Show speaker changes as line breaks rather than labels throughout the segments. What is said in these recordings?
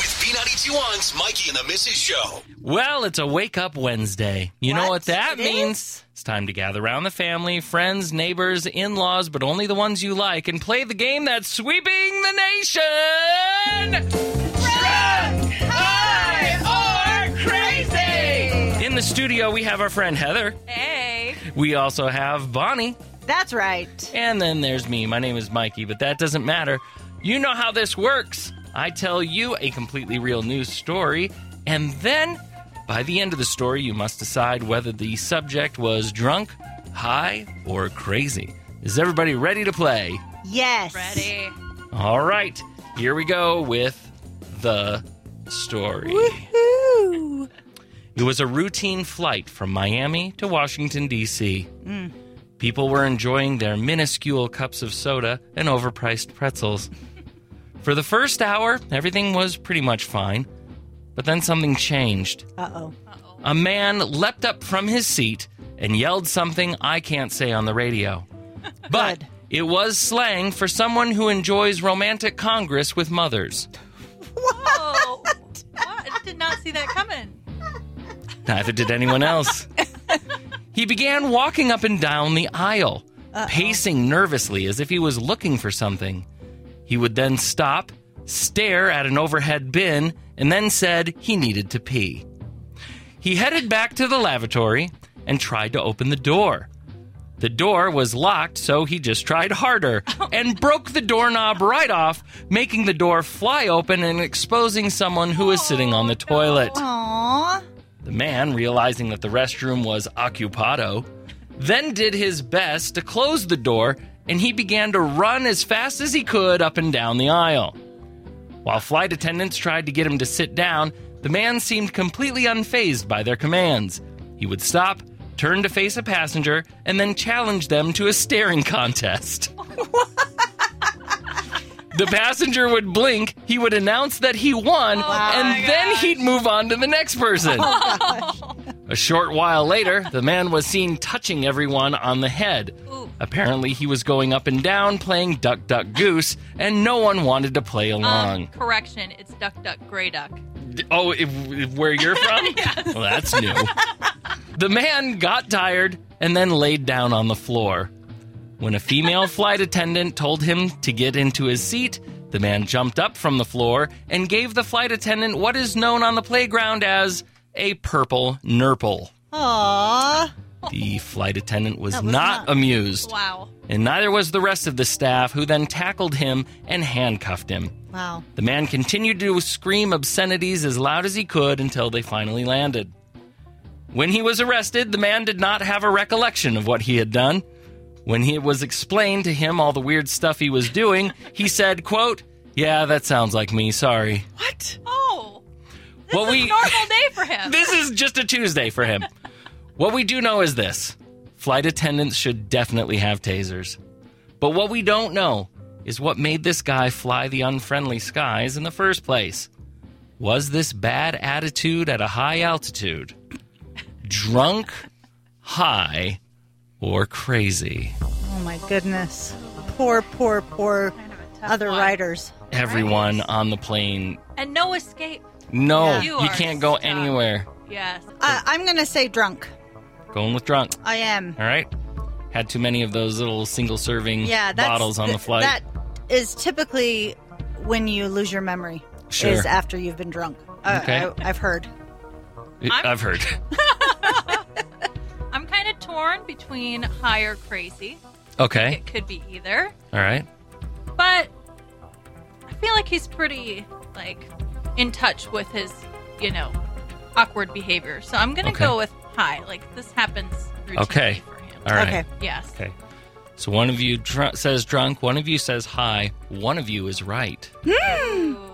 She wants Mikey and the Mrs. Show.
Well, it's a wake up Wednesday. You know
What?
what that
It
means?
is?
It's time to gather around the family, friends, neighbors, in laws, but only the ones you like, and play the game that's sweeping the nation!
High or crazy?
In the studio, we have our friend Heather.
Hey.
We also have Bonnie.
That's right.
And then there's me. My name is Mikey, but that doesn't matter. You know how this works. I tell you a completely real news story, and then by the end of the story, you must decide whether the subject was drunk, high, or crazy. Is everybody ready to play?
Yes.
Ready.
All right, here we go with the story.
Woohoo.
It was a routine flight from Miami to Washington, D.C. People were enjoying their minuscule cups of soda and overpriced pretzels. For the first hour, everything was pretty much fine. But then something changed.
Uh oh.
A man leapt up from his seat and yelled something I can't say on the radio. But
Good.
it was slang for someone who enjoys romantic congress with mothers.
Oh, what? Did not see that coming.
Neither did anyone else. he began walking up and down the aisle, pacing nervously as if he was looking for something. He would then stop, stare at an overhead bin, and then said he needed to pee. He headed back to the lavatory and tried to open the door. The door was locked, so he just tried harder and broke the doorknob right off, making the door fly open and exposing someone who was sitting on the toilet.
Aw.
The man, realizing that the restroom was occupado, then did his best to close the door and he began to run as fast as he could up and down the aisle. While flight attendants tried to get him to sit down, the man seemed completely unfazed by their commands. He would stop, turn to face a passenger, and then challenge them to a staring contest. the passenger would blink, he would announce that he won,
Oh my
and then
gosh.
he'd move on to the next person. A short while later, the man was seen touching everyone on the head.
Ooh.
Apparently, he was going up and down playing Duck Duck Goose, and no one wanted to play along.
Um, correction. It's duck, duck, gray duck.
Oh, if, if where you're from? Well, that's new. the man got tired and then laid down on the floor. When a female flight attendant told him to get into his seat, the man jumped up from the floor and gave the flight attendant what is known on the playground as a purple nurple.
Aw.
The flight attendant was,
That was
not
not-
amused,
Wow.
and neither was the rest of the staff, who then tackled him and handcuffed him.
Wow.
The man continued to scream obscenities as loud as he could until they finally landed. When he was arrested, the man did not have a recollection of what he had done. When it was explained to him all the weird stuff he was doing, he said, quote, "Yeah, that sounds like me. Sorry."
What?
Oh,
What
it's a normal day for him.
this is just a Tuesday for him. What we do know is this flight attendants should definitely have tasers. But what we don't know is what made this guy fly the unfriendly skies in the first place. Was this bad attitude at a high altitude? Drunk, high, or crazy?
Oh my goodness. Poor, poor, poor other
one.
writers.
Everyone on the plane.
and no escape.
No,
Yeah.
you,
You are
can't go
stuck.
anywhere.
Yes.
I, I'm going to say drunk.
Going with drunk.
I am.
All right. Had too many of those little single serving
Yeah. That's,
bottles on the
th-
flight.
That is typically when you lose your memory.
Sure.
Is after you've been drunk. Uh,
Okay.
I, I've heard.
I- I've heard.
I'm kind of torn between high or crazy.
Okay.
It could be either,
All right.
but I feel like he's pretty like in touch with his, you know, awkward behavior. So I'm gonna
Okay.
go with high. Like this happens routinely
Okay.
for him.
All right.
Okay.
Yes.
Okay. So one of you dr- says drunk, one of you says high, one of you is right.
Ooh.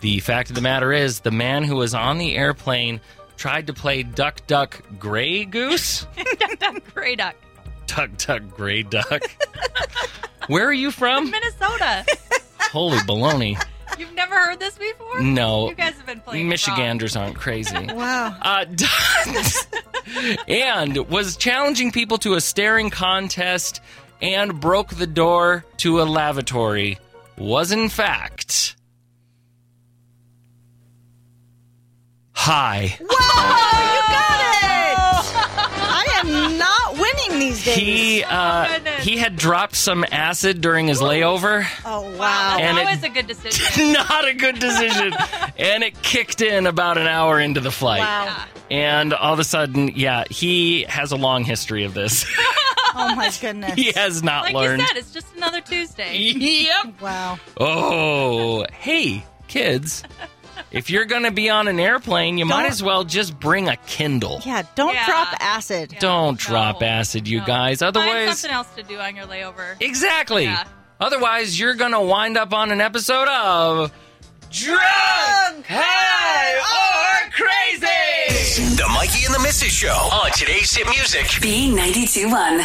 The fact of the matter is, the man who was on the airplane tried to play Duck Duck Gray Goose.
Gray duck.
duck Duck Gray Duck. Where are you from?
Minnesota.
Holy baloney.
You've never heard this before?
No.
You guys have been playing. wrong.
Michiganders aren't crazy.
Wow.
uh, and was challenging people to a staring contest and broke the door to a lavatory was in fact Hi.
I am not winning these days.
He uh,
Oh, goodness.
he had dropped some acid during his layover.
oh
Wow,
wow.
And
that
it-
was a good decision.
Not a good decision. and it kicked in about an hour into the flight.
Wow.
And all of a sudden, yeah, he has a long history of this.
Oh my goodness.
he has not
Like
learned.
you said, it's just another Tuesday.
yep.
Wow.
Oh, hey, kids. If you're going to be on an airplane, you might
Don't-
as well just bring a Kindle.
Yeah, don't
Yeah.
drop acid.
Yeah.
Don't
No.
drop acid, you
No.
guys.
Find
Otherwise,
something else to do on your layover.
exactly.
Yeah.
Otherwise, you're going to wind up on an episode of Drunk, High, or Crazy.
The Mikey and the Mrs. Show on today's hit music.
B92.1.